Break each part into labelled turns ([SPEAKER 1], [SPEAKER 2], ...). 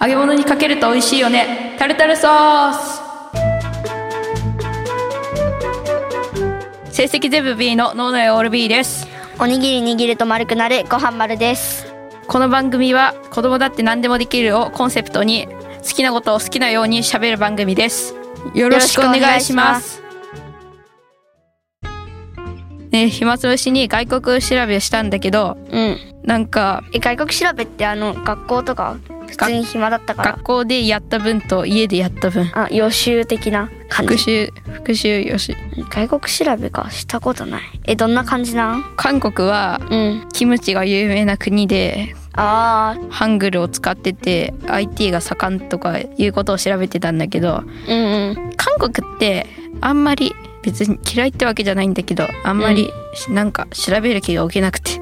[SPEAKER 1] 揚げ物にかけると美味しいよねタルタルソース成績全部 B の脳内オール B です
[SPEAKER 2] おにぎり握ると丸くなるご飯丸です
[SPEAKER 1] この番組は子供だって何でもできるをコンセプトに好きなことを好きなように喋る番組ですよろしくお願いしますね暇つぶしに外国調べしたんだけど
[SPEAKER 2] うん
[SPEAKER 1] なんか
[SPEAKER 2] え外国調べってあの学校とか普通に暇だったから
[SPEAKER 1] 学校でやった分と家でやった分
[SPEAKER 2] あ予習的な感
[SPEAKER 1] 復
[SPEAKER 2] じ
[SPEAKER 1] 習復習よし
[SPEAKER 2] 外国調べかしたことないえどんな感じなん
[SPEAKER 1] 韓国は
[SPEAKER 2] うん
[SPEAKER 1] キムチが有名な国で
[SPEAKER 2] あ
[SPEAKER 1] ハングルを使ってて IT が盛んとかいうことを調べてたんだけど
[SPEAKER 2] ーうんうん
[SPEAKER 1] 韓国ってあんまり別に嫌いってわけじゃないんだけどあんまりなんか調べる気が起きなく て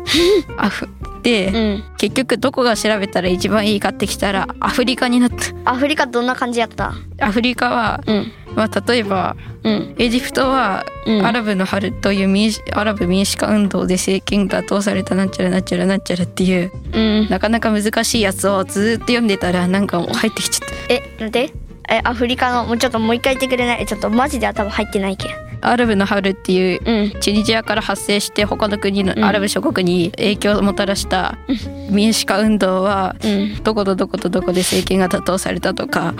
[SPEAKER 1] アフ
[SPEAKER 2] う
[SPEAKER 1] で
[SPEAKER 2] ん
[SPEAKER 1] 結局どこが調べたら一番いいかってきたらアフリカになった
[SPEAKER 2] アフリカどんな感じやった
[SPEAKER 1] アフリカは、
[SPEAKER 2] うん
[SPEAKER 1] まあ、例えば
[SPEAKER 2] うん
[SPEAKER 1] エジプトは
[SPEAKER 2] うん
[SPEAKER 1] アラブの春という民主アラブ民主化運動で政権が倒されたなんちゃらなんちゃらなんちゃらっていう
[SPEAKER 2] うん
[SPEAKER 1] なかなか難しいやつをずーっと読んでたらなんかもう入ってきちゃっ
[SPEAKER 2] えなんでえアフリカのもうちょっともう一回言ってくれないちょっとマジで頭入ってないけん
[SPEAKER 1] たアラブの春っていう
[SPEAKER 2] うん
[SPEAKER 1] チュニジアから発生して他の国
[SPEAKER 2] うん
[SPEAKER 1] のアラブ諸国に影響をもたらした民主化運動は
[SPEAKER 2] うん
[SPEAKER 1] どことどことどこで政権が打倒されたとか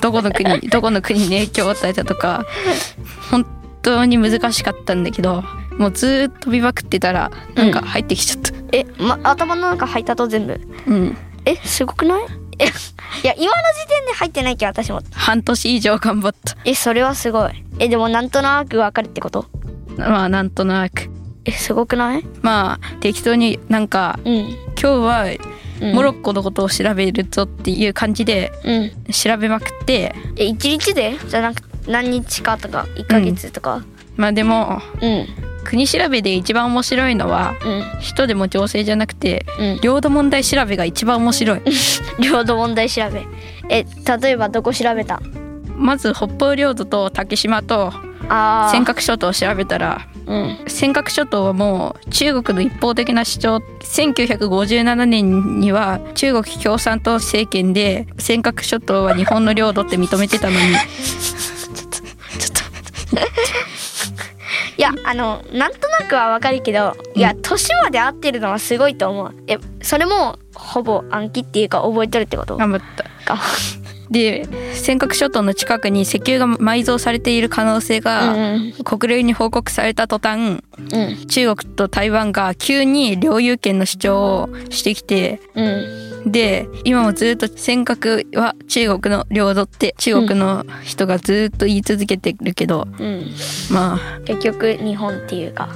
[SPEAKER 1] どこの国 どこの国に影響を与えたとか本当に難しかったんだけどもうずーっとびまくってたらなんか入ってきちゃった。
[SPEAKER 2] え、ま、頭の中入ったと全部
[SPEAKER 1] うん
[SPEAKER 2] えすごくないえいや今の時点で入ってないけど私も
[SPEAKER 1] 半年以上頑張った
[SPEAKER 2] えそれはすごいえでもなんとなくわかるってこと
[SPEAKER 1] まあなんとなく
[SPEAKER 2] えすごくない
[SPEAKER 1] まあ適当になんか
[SPEAKER 2] うん
[SPEAKER 1] 今日
[SPEAKER 2] う
[SPEAKER 1] は
[SPEAKER 2] ん
[SPEAKER 1] モロッコのことを調べるぞっていう感じで
[SPEAKER 2] うん
[SPEAKER 1] 調べまくって
[SPEAKER 2] え一日でじゃなく何日かとか一ヶ月とか
[SPEAKER 1] まあでも
[SPEAKER 2] うん
[SPEAKER 1] 国調べで一番面白いのは
[SPEAKER 2] うん
[SPEAKER 1] 人でも情勢じゃなくて
[SPEAKER 2] うん
[SPEAKER 1] 領土問題調べが一番面白い
[SPEAKER 2] 領土問題調べえ例えばどこ調べた
[SPEAKER 1] まず北方領土と竹島と
[SPEAKER 2] ああ
[SPEAKER 1] 尖閣諸島を調べたら
[SPEAKER 2] うん
[SPEAKER 1] 尖閣諸島はもう中国の一方的な主張1957年には中国共産党政権で尖閣諸島は日本の領土って認めて たのに
[SPEAKER 2] いやあのなんとなくはわかるけどいや年まで合ってるのはすごいと思うえそれもほぼ暗記っていうか覚えとるってこと
[SPEAKER 1] 頑張った。
[SPEAKER 2] か
[SPEAKER 1] で尖閣諸島の近くに石油が埋蔵されている可能性
[SPEAKER 2] う
[SPEAKER 1] が
[SPEAKER 2] ん
[SPEAKER 1] 国連に報告された途端
[SPEAKER 2] うん
[SPEAKER 1] 中国と台湾が急に領有権の主張をしてきて
[SPEAKER 2] うん
[SPEAKER 1] で今もずっと尖閣は中国の領土って中国の人がずっと言い続けてるけど、
[SPEAKER 2] うん
[SPEAKER 1] まあ
[SPEAKER 2] 結局日本っていうか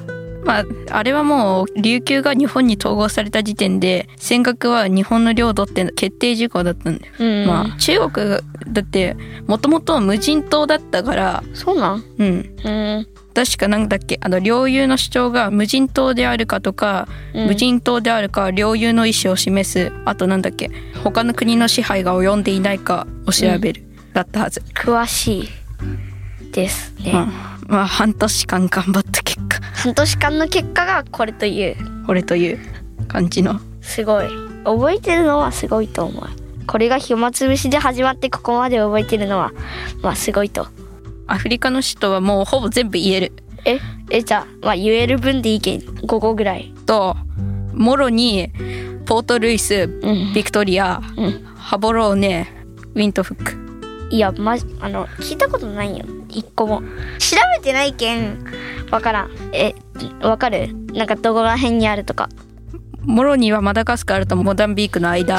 [SPEAKER 1] まあ、あれはもう琉球が日本に統合された時点で尖閣は日本の領土って決定事項だったんだよ、
[SPEAKER 2] うん
[SPEAKER 1] まあ中国がだってもともと無人島だったから
[SPEAKER 2] そうなん
[SPEAKER 1] うん
[SPEAKER 2] うん
[SPEAKER 1] 確かなんだっけあの領有の主張が無人島であるかとか、
[SPEAKER 2] うん
[SPEAKER 1] 無人島であるか領有の意思を示すあとなんだっけ他の国の支配が及んでいないかを調べる、だったはず、
[SPEAKER 2] 詳しいですね、
[SPEAKER 1] まあ、まあ半年間頑張った結果
[SPEAKER 2] 半年間の結果がこれという
[SPEAKER 1] 俺という感じの
[SPEAKER 2] すごい覚えてるのはすごいと思うこれが暇つぶしで始まってここまで覚えてるのはまあすごいと
[SPEAKER 1] アフリカの首都はもうほぼ全部言える
[SPEAKER 2] ええじゃあまあ言える分でいいけん5個ぐらい
[SPEAKER 1] ともろにポートルイス
[SPEAKER 2] うん
[SPEAKER 1] ビクトリア
[SPEAKER 2] うん
[SPEAKER 1] ハボローネウィントフック
[SPEAKER 2] いやまじあの聞いたことないよ一個も調べてないけんわからんえわかるなんかどこら辺にあるとか
[SPEAKER 1] モロニはマダガスカルとモダンビークの間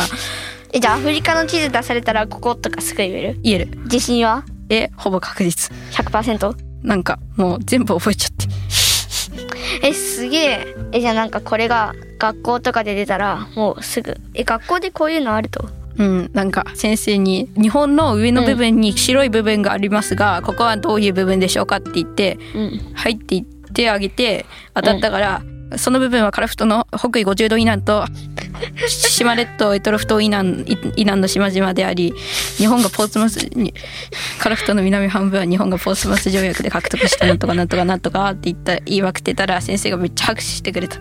[SPEAKER 2] えじゃあアフリカの地図出されたらこことかすぐ言える
[SPEAKER 1] 言える
[SPEAKER 2] 自信は
[SPEAKER 1] えほぼ確実
[SPEAKER 2] 100%?
[SPEAKER 1] なんかもう全部覚えちゃって
[SPEAKER 2] えすげええじゃあなんかこれが学校とかで出たらもうすぐえ学校でこういうのあると
[SPEAKER 1] うんなんか先生に「日本の上の部分に白い部分がありますが、ここはどういう部分でしょうか?」って言って
[SPEAKER 2] うん
[SPEAKER 1] 入っていってあげて当たったから、その部分はカラフトの北緯50度以南と島列島エトロフ島以南い以南の島々であり日本がポーツマスにカラフトの南半分は日本がポーツマス条約で獲得したなんとかなんとかなんとかって言った言いまくってたら先生がめっちゃ拍手してくれた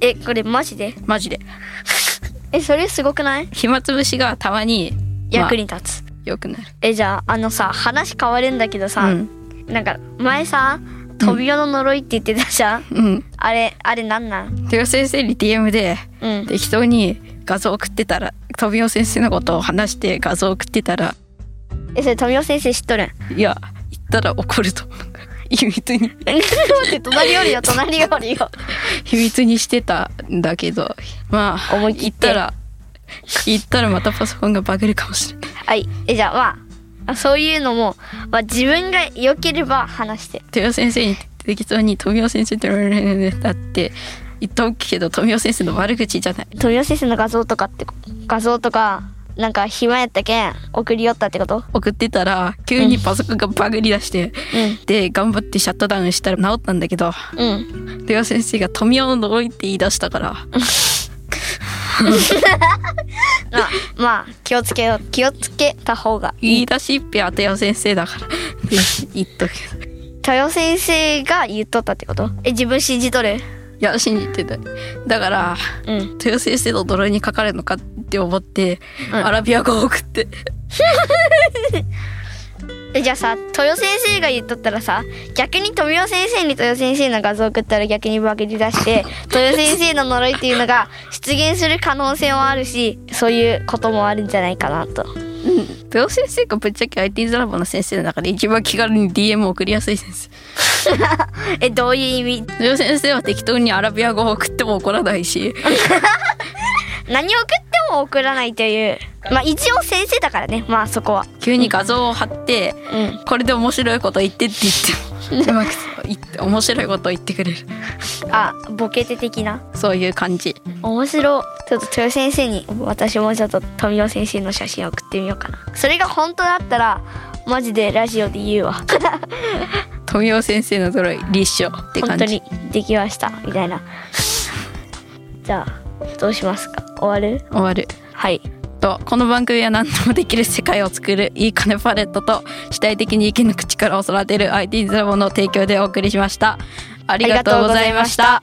[SPEAKER 2] えこれマジで
[SPEAKER 1] マジで
[SPEAKER 2] えそれすごくない
[SPEAKER 1] 暇つぶしがたまに
[SPEAKER 2] 役に立つ、
[SPEAKER 1] よくなる
[SPEAKER 2] えじゃああのさ話変わるんだけどさ、
[SPEAKER 1] うん
[SPEAKER 2] なんか前さ扉の呪いって言ってたじゃん、
[SPEAKER 1] うん
[SPEAKER 2] あれあれなんなん
[SPEAKER 1] 豊先生に DM で
[SPEAKER 2] うん
[SPEAKER 1] 適当に画像送ってたら富雄先生のことを話して画像送ってたら
[SPEAKER 2] えそれ富雄先生知っ とるん
[SPEAKER 1] いや言ったら怒ると思う秘密に
[SPEAKER 2] 待って隣よりよ隣より よ
[SPEAKER 1] 秘密にしてたんだけどまあ
[SPEAKER 2] 思い切っ
[SPEAKER 1] 言ってたら言ったらまたパソコンがバグるかもしれない
[SPEAKER 2] はいえじゃあまあそういうのも、まあ、自分が良ければ話して
[SPEAKER 1] 豊先生に適当に富雄先生って言われるだって言っとくけど富雄先生の悪口じゃない
[SPEAKER 2] 富雄先生の画像とかって画像とかなんか暇やったけん送り寄ったってこと
[SPEAKER 1] 送ってたら急にパソコンがバグり出して、
[SPEAKER 2] う
[SPEAKER 1] で頑張ってシャットダウンしたら治ったんだけど
[SPEAKER 2] んうん
[SPEAKER 1] 豊先生が富雄の呪いって言い出したから
[SPEAKER 2] まあまあ気をつけよう気をつけた方が
[SPEAKER 1] 言い出しっぺは豊先生だから言っとくけどい
[SPEAKER 2] 豊雄先生が言っとったってことえ自分信じとる
[SPEAKER 1] や信じてないだから
[SPEAKER 2] うん
[SPEAKER 1] 豊先生の呪いにかかるのかって思って、
[SPEAKER 2] ん
[SPEAKER 1] アラビア語を送って
[SPEAKER 2] えじゃあさ豊雄先生が言っとったらさ逆に富雄先生に豊雄先生の画像送ったら逆にバグり出 して豊雄先生の呪いっていうのが出現する可能性もあるしそういうこともあるんじゃないかなと
[SPEAKER 1] 豊先生がぶっちゃけ IT ドラマの先生の中で一番気軽に DM を送りやすい先生
[SPEAKER 2] えどういう意味
[SPEAKER 1] 豊先生は適当にアラビア語を送っても怒らないし
[SPEAKER 2] 何を送っても送らないというまあ一応先生だからねまあそこは
[SPEAKER 1] 急に画像を貼って、
[SPEAKER 2] うん
[SPEAKER 1] これで面白いこと言ってって言ってもうまくそう言って面白いこと言ってくれる
[SPEAKER 2] あボケて的な
[SPEAKER 1] そういう感じ
[SPEAKER 2] 面白ちょっと豊先生に私もちょっと富雄先生の写真送ってみようかなそれが本当だったらマジでラジオで言うわ
[SPEAKER 1] 富雄先生の呪い立証って
[SPEAKER 2] 本
[SPEAKER 1] 感
[SPEAKER 2] 当
[SPEAKER 1] じ
[SPEAKER 2] にできましたみたいなじゃあどうしますか終わる
[SPEAKER 1] 終わる
[SPEAKER 2] はい
[SPEAKER 1] とこの番組は何でもできる世界を作るいい金パレットと主体的に意見の口からを育てる IT ズラボの提供でお送りしましたありがとうございました